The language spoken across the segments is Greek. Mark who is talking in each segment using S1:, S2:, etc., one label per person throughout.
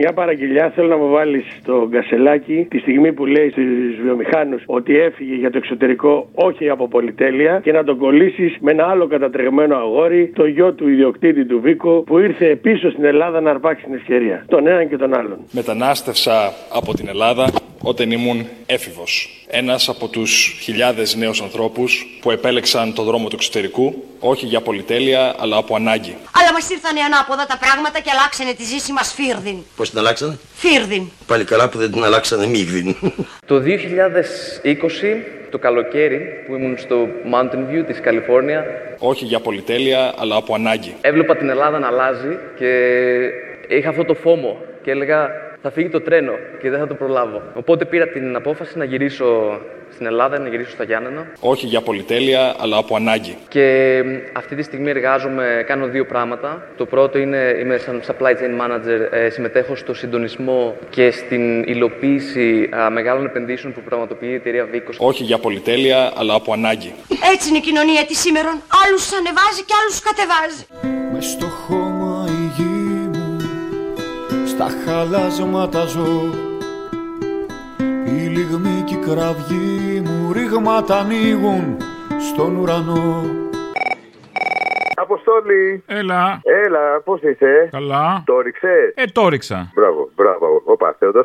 S1: Μια παραγγελιά θέλω να μου βάλεις στο γκασελάκι τη στιγμή που λέει στους βιομηχάνους ότι έφυγε για το εξωτερικό όχι από πολυτέλεια και να τον κολλήσεις με ένα άλλο κατατρεγμένο αγόρι, το γιο του ιδιοκτήτη του Βίκο που ήρθε πίσω στην Ελλάδα να αρπάξει την ευκαιρία. Τον έναν και τον άλλον.
S2: Μετανάστευσα από την Ελλάδα όταν ήμουν έφηβος. Ένας από τους χιλιάδες νέους ανθρώπους που επέλεξαν το δρόμο του εξωτερικού, όχι για πολυτέλεια, αλλά από ανάγκη.
S3: Αλλά μας ήρθανε ανάποδα τα πράγματα και αλλάξανε τη ζήση μας φίρδιν.
S4: Πώς την αλλάξανε?
S3: Φίρδιν.
S4: Πάλι καλά που δεν την αλλάξανε μίγδιν.
S5: Το 2020, το καλοκαίρι που ήμουν στο Mountain View της Καλιφόρνια,
S2: Όχι για πολυτέλεια, αλλά από ανάγκη.
S5: έβλεπα την Ελλάδα να αλλάζει και είχα αυτό το φόμο και έλεγα θα φύγει το τρένο και δεν θα το προλάβω. Οπότε πήρα την απόφαση να γυρίσω στην Ελλάδα, να γυρίσω στα Γιάννενα.
S2: Όχι για πολυτέλεια, αλλά από ανάγκη.
S5: Και μ, αυτή τη στιγμή εργάζομαι, κάνω δύο πράγματα. Το πρώτο είναι, είμαι σαν supply chain manager, ε, συμμετέχω στο συντονισμό και στην υλοποίηση α, μεγάλων επενδύσεων που πραγματοποιεί η εταιρεία Βίκος.
S2: Όχι για πολυτέλεια, αλλά από ανάγκη.
S3: Έτσι είναι η κοινωνία της σήμερον. Άλλους ανεβάζει και άλλους κατεβάζει.
S6: Μες στο χώμα η γη μου Στα χαλάσματα ζω Η λιγμή και η κραυγή μου Ρήγματα ανοίγουν στον ουρανό
S7: Ναι.
S8: Αποστόλη!
S9: Έλα.
S8: Έλα, πώς είσαι,
S9: Καλά.
S8: το ρίξε.
S9: Ε, το ρίξα.
S8: Μπράβο, μπράβο. Οπα, Θεοδό,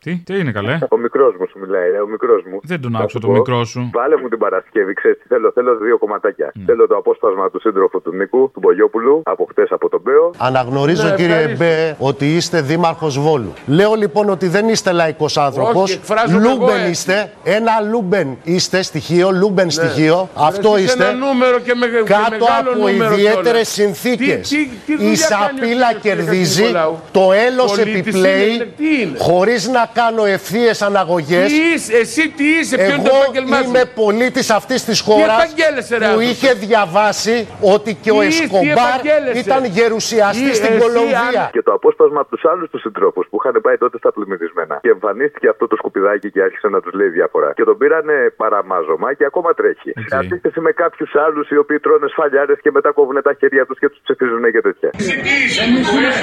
S9: Τι, τι είναι καλέ.
S8: Ο μικρός μου σου μιλάει, ρε, ο μικρός μου.
S9: Δεν τον
S8: Θα
S9: άκουσα
S8: σου
S9: το
S8: πω,
S9: μικρό σου. Ναι.
S8: Βάλε μου την Παρασκευή, ξέρεις τι θέλω. Θέλω δύο κομματάκια. Θέλω το απόσπασμα του σύντροφου του Νίκου, του Μπογιόπουλου, από χτες από τον Μπέο.
S7: Ναι,
S10: Αναγνωρίζω, κύριε Μπέ, ότι είστε δήμαρχος Βόλου. Λέω λοιπόν ότι δεν είστε λαϊκός άνθρωπο.
S7: Όχι, εκφράζομαι εγώ ε.
S10: Λούμπεν
S7: έτσι.
S10: είστε. Ένα λούμπεν είστε στοιχείο, λούμπεν στοιχείο. Αυτό
S7: Εσύ είσαι
S10: είστε.
S7: Ναι. Ένα νούμερο και με, και
S10: Κάτω
S7: μεγάλο
S10: από
S7: νούμερο
S10: ιδιαίτερες
S7: κιόλας.
S10: συνθήκε.
S7: Τι- τι- τι δουλειά
S10: Η
S7: κάνει ο
S10: σαπίλα
S7: κύριος
S10: κερδίζει,
S7: Χατζηνικολάου?
S10: το έλος
S7: Πολίτης είναι,
S10: επιπλέει,
S7: τι είναι?
S10: χωρίς να κάνω ευθείε αναγωγές.
S7: Τι είσαι, εσύ τι είσαι, ποιο είναι το
S10: Εγώ
S7: επάγγελμά σου.
S10: είμαι πολίτης αυτής της χώρας
S7: επαγγέλλεσαι, ρε,
S10: που
S7: άνθρωπος?
S10: είχε διαβάσει ότι και ο
S7: Τι είσαι, τι
S10: Εσκομπάρ
S7: επαγγέλλεσαι?
S10: ήταν
S7: Τι,
S10: γερουσιαστή
S7: εσύ,
S10: στην Κολομβία.
S8: Και το απόσπασμα από τους άλλους τους συντρόφους που είχαν πάει τότε στα πλημμυρισμένα. Και εμφανίστηκε αυτό το σκουπιδάκι και άρχισε να τους λέει διάφορα. Και τον πήρανε παραμάζωμα και ακόμα τρέχει.
S9: Οκ.
S8: Σε αντίθεση με κάποιους άλλους οι οποίοι τρώνε σφαλιάρες και μετά κόβουν τα χέρια τους και τους ψηφίζουν και τέτοια.
S7: Τι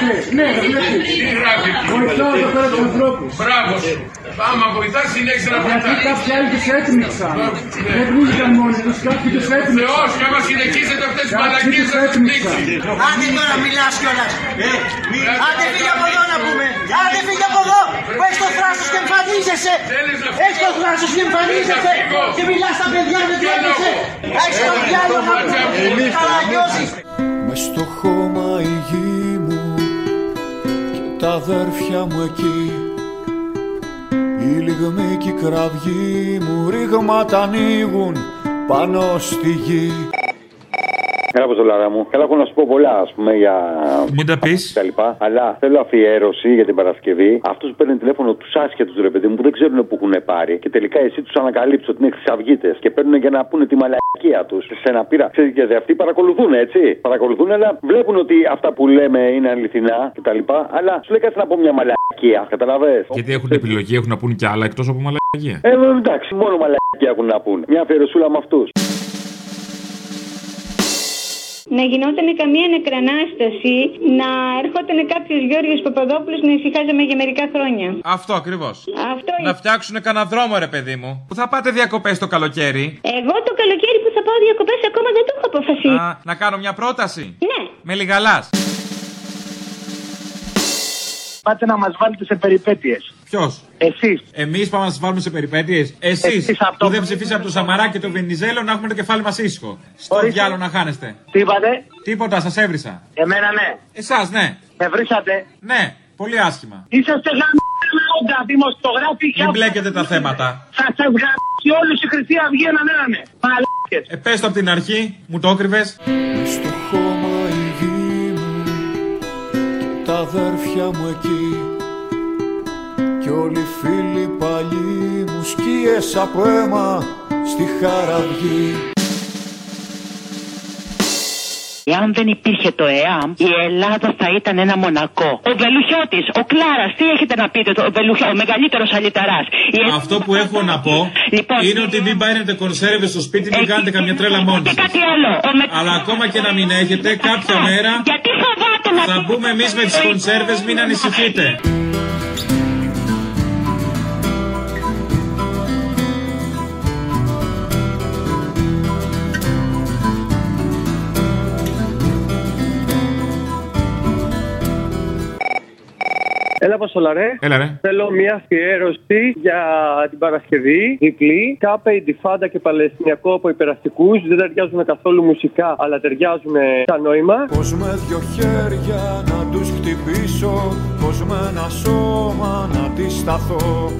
S7: γράφει, Βοηθάω εδώ πέρα τους ανθρώπους. Μπράβο σου. Άμα βοηθάς, συνέχισε να βοηθά. Γιατί κάποιοι άλλοι τους έτμιξαν. Δεν βγήκαν μόνοι τους, κάποιοι τους έτμιξαν. Θεός, και άμα συνεχίζετε αυτές τις μαλακίε, θα τους πνίξει.
S11: Άντε τώρα μιλάς κιόλας. Ε, Άντε φύγε από εδώ να πούμε. Άντε φύγε από εδώ. Που έχεις το θράσος και εμφανίζεσαι. Έχεις το θράσος και εμφανίζεσαι. Και μιλάς στα παιδιά δεν τρέπεσαι. Έχεις το διάλογο να πούμε. Καραγκιόζης.
S6: Μες στο χώμα η γη μου και τα αδέρφια μου εκεί η λιγμή και η κραυγή μου ρήγματα ανοίγουν πάνω στη γη
S12: Έλα από το λαρά μου. Καλά, έχω να σου πω πολλά, ας πούμε, για.
S9: Μην τα πεις.
S12: τα λοιπά. Αλλά θέλω αφιέρωση για την Παρασκευή. Αυτού που παίρνουν τηλέφωνο τους άσχετους ρε παιδί μου που δεν ξέρουν που έχουν πάρει. Και τελικά εσύ τους ανακαλύψει ότι είναι χρυσαυγίτες και παίρνουν για να πούνε τη μαλακία τους σε ένα πείρα. Ξέρετε και δε, αυτοί παρακολουθούν έτσι. Παρακολουθούν, αλλά βλέπουν ότι αυτά που λέμε είναι αληθινά κτλ. Αλλά σου λέει κάτσε να πω μια μαλακία. Καταλαβέ.
S13: Γιατί έχουν επιλογή, έχουν να πούν κι άλλα εκτός από μαλακία.
S12: Ε, εντάξει, μόνο μαλακία έχουν να πούνε. Μια αφιερωσούλα με αυτούς.
S14: να γινόταν καμία νεκρανάσταση, να έρχονταν κάποιος Γιώργος Παπαδόπουλος να ησυχάζαμε για μερικά χρόνια.
S15: Αυτό ακριβώς.
S14: Αυτό είναι.
S15: Να φτιάξουν κανένα δρόμο, ρε παιδί μου. Που θα πάτε διακοπές το καλοκαίρι.
S14: Εγώ το καλοκαίρι που θα πάω διακοπές ακόμα δεν το έχω αποφασίσει.
S15: Α, να κάνω μια πρόταση.
S14: Ναι.
S15: Με λιγαλά.
S16: Πάτε να μας βάλετε σε περιπέτειες.
S15: Ποιος.
S16: Εσείς.
S15: Εμείς πάμε να σας βάλουμε σε περιπέτειες. Εσείς που δεν ψηφίσατε από το Σαμαρά και το Βενιζέλο να έχουμε το κεφάλι μας ήσυχο. Στο διάλογο να χάνεστε.
S16: Τι είπατε?
S15: Τίποτα, σας έβρισα.
S16: Εμένα ναι.
S15: Εσάς, ναι.
S16: Με βρήσατε.
S15: Ναι, πολύ άσχημα.
S16: Είσαστε γαμμένα δημοσιογράφοι και
S15: Μην μπλέκετε τα θέματα.
S16: θα σας γαμίσει όλους η Χρυσή Αυγή έναν έναν. ναι. Μαλάκες.
S15: Ε, πες το από την αρχή, μου το έκρυβες.
S6: Μες στο χώμα η γη μου και τα αδέρφια μου εκεί κι όλοι οι φίλοι παλιοί μου σκίες από αίμα στη χαραυγή
S11: Εάν δεν υπήρχε το ΕΑΜ, η Ελλάδα θα ήταν ένα μονακό. Ο Βελουχιώτης, ο Κλάρας, τι έχετε να πείτε, το- ο, Βελουχιώ, ο μεγαλύτερος αλυταράς. Η Λοιπόν, Ελλάδα-
S15: Αυτό που έχω να πω είναι ότι μην παίρνετε κονσέρβες στο σπίτι, μην κάνετε καμιά τρέλα μόνοι σας. Αλλά ακόμα και να μην έχετε, κάποια μέρα θα μπούμε εμείς με τις κονσέρβες, μην ανησυχείτε.
S17: Έλα, Πασόλα, ρε.
S13: Έλα, ρε.
S17: Θέλω μια αφιέρωση για την Παρασκευή, διπλή. Κάπε, Ιντιφάντα και Παλαιστινιακό από υπεραστικούς. Δεν ταιριάζουν καθόλου μουσικά, αλλά ταιριάζουν σαν νόημα.
S6: Πως με δυο χέρια να τους χτυπήσω Πως με ένα σώμα να τη σταθώ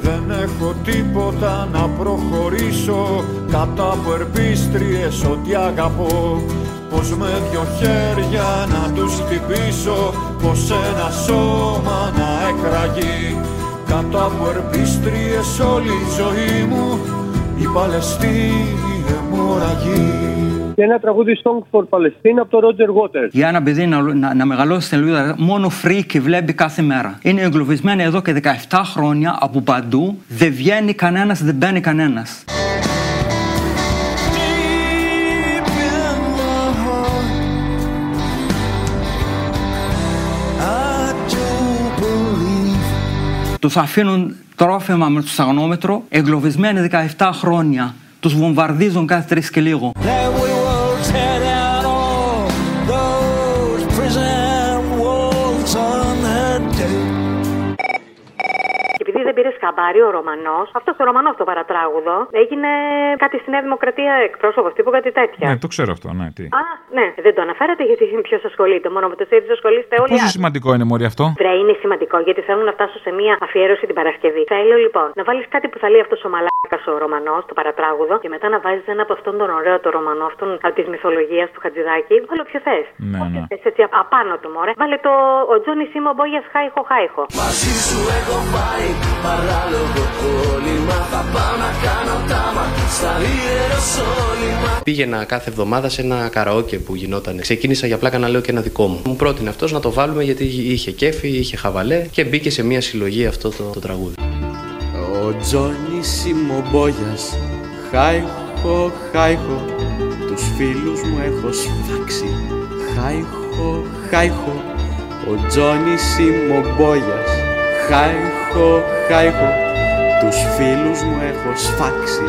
S6: Δεν έχω τίποτα να προχωρήσω Κατά από ερπίστριες ό,τι αγαπώ Πως με δυο χέρια να τους χτυπήσω Πως ένα σώμα να εκραγεί Κατά από ερπίστριες όλη η ζωή μου Η Παλαιστίνη αιμορραγεί
S17: Και ένα τραγούδι Song for Palestine από τον Roger Waters.
S18: Για ένα παιδί να, να, να μεγαλώσει στην Λούδα, μόνο φρίκι βλέπει κάθε μέρα. Είναι εγκλωβισμένη εδώ και 17 χρόνια από παντού. Δεν βγαίνει κανένας, δεν μπαίνει κανένας. Τους αφήνουν τρόφιμα με το σταγνόμετρο, εγκλωβισμένοι 17 χρόνια. Τους βομβαρδίζουν κάθε τρεις και λίγο.
S19: Επειδή δεν πήρε χαμπάρι ο Ρωμανός, αυτός ο Ρωμανός το παρατράγουδο έγινε κάτι στη Νέα Δημοκρατία εκπρόσωπος τύπου, κάτι τέτοια.
S13: Ναι, το ξέρω αυτό, ναι. Τι.
S19: Α, ναι, δεν το αναφέρατε γιατί ποιος ασχολείται. Μόνο με το ΣΥΡΙΖΑ ασχολείστε όλοι. οι
S13: Πόσο
S19: άλλοι.
S13: σημαντικό είναι, Μωρή, αυτό.
S19: Βρε, είναι σημαντικό γιατί θέλω να φτάσω σε μία αφιέρωση την Παρασκευή. Θέλω λοιπόν να βάλεις κάτι που θα λέει αυτός ο μαλάκας ο Ρωμανός, το παρατράγουδο, και μετά να βάζεις ένα από αυτόν τον ωραίο το Ρωμανό, αυτόν από τη μυθολογία του Χατζηδάκη. Βάλω ποιο θες.
S13: Ναι, ναι.
S19: Θες έτσι απ- απάνω του, μωρέ. Βάλε Ε, το ο Τζόνι Σίμω Μπόγιας Χάιχο Χάιχο.
S7: Μαζί σου έχω πάει παράλογο κόλλημα. Θα πάω να κάνω τάμα στα Ιεροσόλυμα.
S20: Πήγαινα κάθε εβδομάδα σε ένα καραόκε που γινόταν. Ξεκίνησα για πλάκα να λέω και ένα δικό μου. Μου πρότεινε αυτός να το βάλουμε γιατί είχε κέφι, είχε χαβαλέ και μπήκε σε μια συλλογή αυτό το, το τραγούδι.
S21: Ο Τζόνι Σιμομπόγιας Χάιχο, χάιχο Τους φίλους μου έχω σφάξει Χάιχο, χάιχο Ο Τζόνι Σιμομπόγιας Χάιχο, χάιχο Τους φίλους μου έχω σφάξει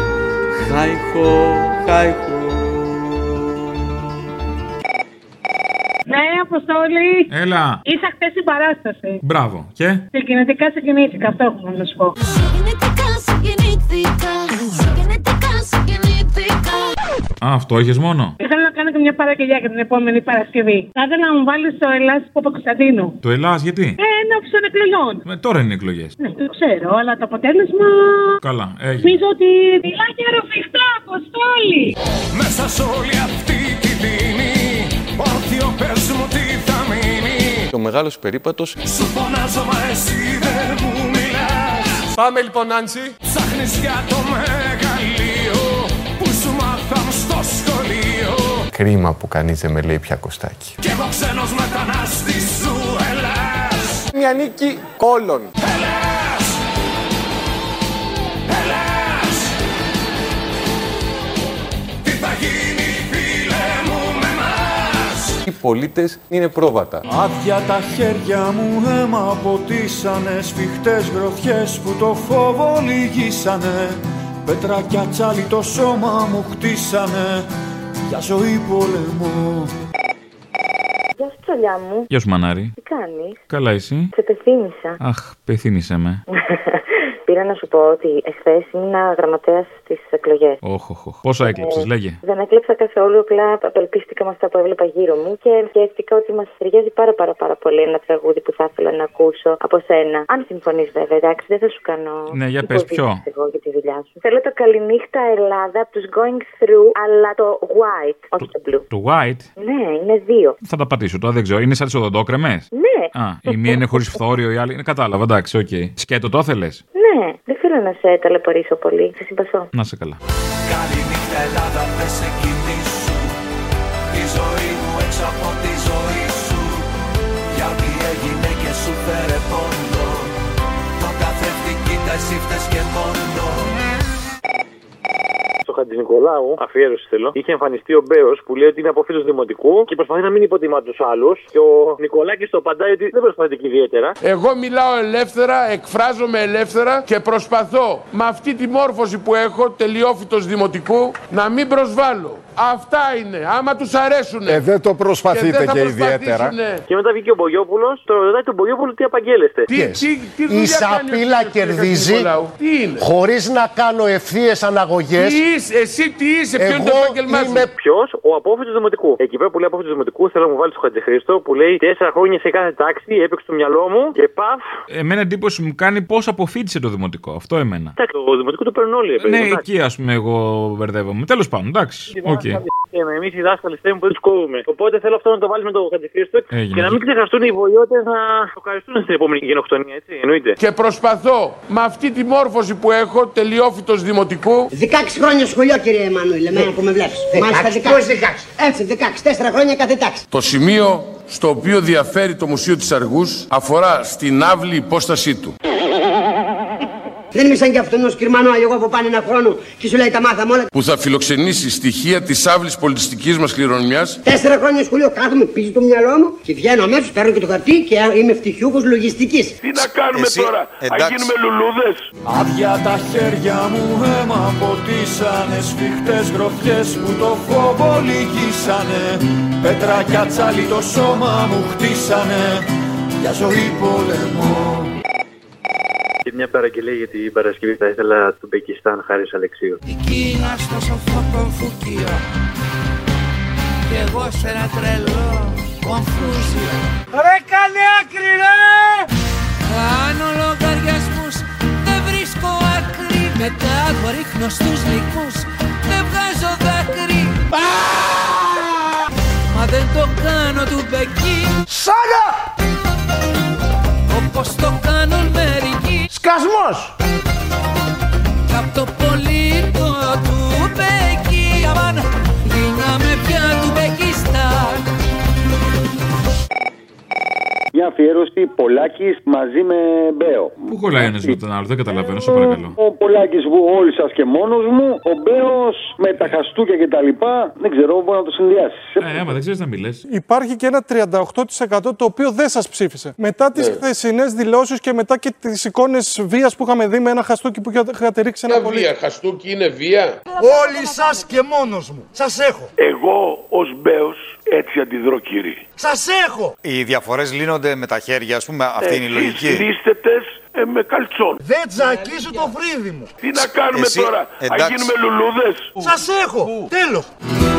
S21: Χάιχο, χάιχο
S22: Ναι, Αποστόλη.
S13: Έλα.
S22: Είσαι χθες στην παράσταση.
S13: Μπράβο. Και.
S22: Ε. Συγκινητικά συγκινήθηκα, αυτό έχω να σου πω.
S13: Α, αυτό είχε μόνο.
S22: Ήθελα να κάνω και μια παραγγελιά για την επόμενη Παρασκευή. Θα ήθελα να μου βάλεις το Ελλάς Παπακοσταντίνου.
S13: Το Ελλάς, γιατί.
S22: Ε, ενώπιση των εκλογών.
S13: Ε, τώρα είναι εκλογές.
S22: Ναι, το ξέρω, αλλά το αποτέλεσμα.
S13: Καλά, έγινε.
S22: Νομίζω ότι. Μιλά για ροφιχτά, Αποστόλη.
S7: Μέσα σ' όλη αυτή τη δίνη Όρθιο πες μου τι θα μείνει
S23: Ο μεγάλος περίπατος
S7: Σου φωνάζω μα εσύ δεν μου μιλάς
S23: Πάμε λοιπόν Άντζη
S7: Ψάχνεις για το μεγαλείο Που σου μάθαμε στο σχολείο
S23: Κρίμα που κανείς δεν με λέει πια Κωστάκη
S7: Κι εγώ ξένος μετανάστης σου Ελλάς
S23: Μια νίκη όλων
S7: Ελλάς Ελλάς Τι θα γίνει φίλε μου με μας
S23: Οι πολίτες είναι πρόβατα
S6: Άδεια τα χέρια μου αίμα ποτίσανε Σφιχτές γροθιές που το φόβο λυγίσανε Πέτρα κι ατσάλι το σώμα μου χτίσανε Για ζωή πολεμό
S24: Γεια σου, τσολιά μου.
S13: Γεια σου, μανάρι.
S24: Τι κάνεις,
S13: Καλά, εσύ.
S24: σε πεθύμησα.
S13: Αχ, πεθύνησε με.
S24: Ναι. Πήρα να σου πω ότι εχθές ήμουν γραμματέας στις εκλογές.
S13: Όχ, όχ, όχ. Πόσα έκλεψε,
S24: Ε,
S13: λέγε.
S24: Δεν έκλεψα καθόλου, απλά απελπίστηκα με αυτά που έβλεπα γύρω μου και σκέφτηκα ότι μας ταιριάζει πάρα, πάρα, πάρα πολύ ένα τραγούδι που θα ήθελα να ακούσω από σένα. Αν συμφωνείς, βέβαια, εντάξει, δεν θα σου κάνω.
S13: Ναι, για πες, ποιο?
S24: υποδείξεις Εγώ για τη δουλειά σου. Θέλω το Καληνύχτα Ελλάδα από τους Going Through, αλλά το White, όχι το Blue.
S13: Το white.
S24: Ναι, είναι δύο.
S13: Θα τα πατήσω τώρα, δεν ξέρω. Είναι σαν τις οδοντόκρεμες.
S24: Ναι,
S13: Α, η μία είναι χωρίς φθόριο, η άλλη είναι κατάλαβα. Εντάξει, οκ. Σκέτο το ήθελε.
S24: ναι, δεν θέλω να σε ταλαιπωρήσω πολύ. Σε συμπαθώ.
S13: Να σε καλά.
S7: Καληνύχτα Ελλάδα δεν σε κοιμήσου Η ζωή μου έξω από τη ζωή σου Γιατί έγινε και σου φέρε πόνο Το καθρέφτη κοίτα εσύ φταίς και μόνο
S25: Στο
S1: του Χατζηνικολάου, αφιέρωση θέλω, είχε εμφανιστεί ο Μπέος που λέει ότι είναι από φίλο δημοτικού και προσπαθεί να μην υποτιμά τους άλλους. Και ο Νικολάκης το απαντάει ότι δεν προσπαθεί και ιδιαίτερα.
S21: Ε.
S25: Εγώ μιλάω ελεύθερα, εκφράζομαι ελεύθερα και προσπαθώ με αυτή τη μόρφωση που έχω, τελειόφυτος δημοτικού, να μην προσβάλλω. Αυτά είναι. Άμα τους αρέσουν.
S26: Ε, δεν το προσπαθείτε και,
S25: θα προσπαθήσουνε.
S26: ιδιαίτερα.
S1: Και μετά βγήκε ο Μπογιόπουλος, το ρωτάει τον Μπογιόπουλο τι απαγγέλλεστε.
S26: Τι- Yes. τι- τι δουλειά
S10: Η σαπίλα κερδίζει χωρίς να κάνω ευθείες αναγωγές.
S25: Τι είσαι, εσύ τι είσαι, ποιο είναι το επάγγελμά σου.
S1: Ποιος, ο απόφοιτος δημοτικού. Εκεί πέρα που λέει απόφοιτος δημοτικού, θέλω να μου βάλεις τον Χατζηχρήστο που λέει Τέσσερα χρόνια σε κάθε τάξη, έπαιξε το μυαλό μου και παφ.
S13: Εμένα εντύπωση μου κάνει πώς αποφύτησε το δημοτικό. Αυτό εμένα.
S1: Εντάξει, το δημοτικό το παίρνουν όλοι.
S13: Ναι, εκεί ας πούμε εγώ μπερδεύομαι. Τέλος πάντων, εντάξει.
S1: Λοιπόν,
S13: Οκ.
S1: Εμείς οι δάσκαλοι θέλουμε που δεν τους κόβουμε. Οπότε θέλω αυτό να το βάλει με τον Χατζηχρήστο
S13: Έγινε.
S1: και να μην ξεχαστούν οι βοηθότε να ευχαριστούν στην επόμενη γενοκτονία, έτσι εννοείται.
S25: Και προσπαθώ με αυτή τη μόρφωση που έχω, τελειόφυτος δημοτικού.
S27: 16 χρόνια σχολείο, κύριε Εμμανουήλ, εμένα που με βλέπεις. Μάλιστα 16. Πώς 16. Έτσι, 16. 4 χρόνια κάθε τάξη.
S28: Το σημείο στο οποίο διαφέρει το Μουσείο της Αργούς αφορά στην άβλη υπόστασή του.
S27: Δεν είμαι σαν κι αυτόν ο Κυρμανό, εγώ που πάνε ένα χρόνο και σου λέει τα μάθαμε όλα.
S28: που θα φιλοξενήσει στοιχεία της άβλης πολιτιστικής μας κληρονομιάς
S27: Τέσσερα χρόνια σχολείο κάθομαι, πίζει το μυαλό μου και βγαίνω αμέσως, παίρνω και το χαρτί και είμαι ευτυχιούχο λογιστικής.
S28: Τι να κάνουμε
S27: Εσύ, τώρα,
S28: θα εντάξει. γίνουμε
S27: λουλούδες.
S6: Άδεια τα χέρια μου αίμα ποτίσανε Σφιχτές γροφιές που το φόβο λυγίσανε Πέτρα κι ατσάλι το σώμα μου χτίσανε Για ζωή πολεμό
S1: Και μια παραγγελία για την Παρασκευή θα ήθελα του Μπεκιστάν Χάρης Αλεξίου.
S7: Κίνα στο σοφό κομφουκείο Κι εγώ σε ένα τρελό κομφούζιο Ρε καλέ άκρη ρε! Κάνω λογαριασμούς, δεν βρίσκω άκρη Μετά έχω ρίχνω στους λυκούς, δεν βγάζω δάκρυ Μα δεν το κάνω του μπεκί Σάγα! Όπως το κάνουν μερικοί Σκασμός! Κι απ' το πολίτο του Μπέκι Αμάν γίναμε πια του Μπέκισταν
S12: Μια αφιέρωση Πολάκης μαζί με Μπέο.
S13: Πού κολλάει ένας με τον άλλο, δεν καταλαβαίνω, σε παρακαλώ.
S12: Ο Πολάκης που όλοι σας και μόνος μου, ο Μπέος με τα χαστούκια και τα λοιπά, δεν ξέρω, μπορεί να το συνδυάσεις.
S13: Ε, άμα δεν ξέρεις να μιλέ.
S29: Υπάρχει και ένα 38% το οποίο δεν σας ψήφισε. Μετά τις
S13: Ναι.
S29: χθεσινές δηλώσεις και μετά και τις εικόνες βίας που είχαμε δει με ένα χαστούκι που είχε κατερήξει ένα πολύ.
S30: Χαστούκι είναι βία.
S29: Όλοι σας και μόνος μου. Σας έχω.
S30: Εγώ ως Μπέος έτσι αντιδρώ, κύριε.
S29: Σας έχω!
S31: Οι διαφορές λύνονται με τα χέρια, ας πούμε. Αυτή είναι η λογική.
S30: ε, με καλτσόν.
S29: Δεν τζακίσω το φρύδι μου.
S30: Τι να κάνουμε
S31: Εσύ-
S30: τώρα, θα
S31: εντάξει.
S30: γίνουμε λουλούδες.
S29: Σας έχω! Τέλο!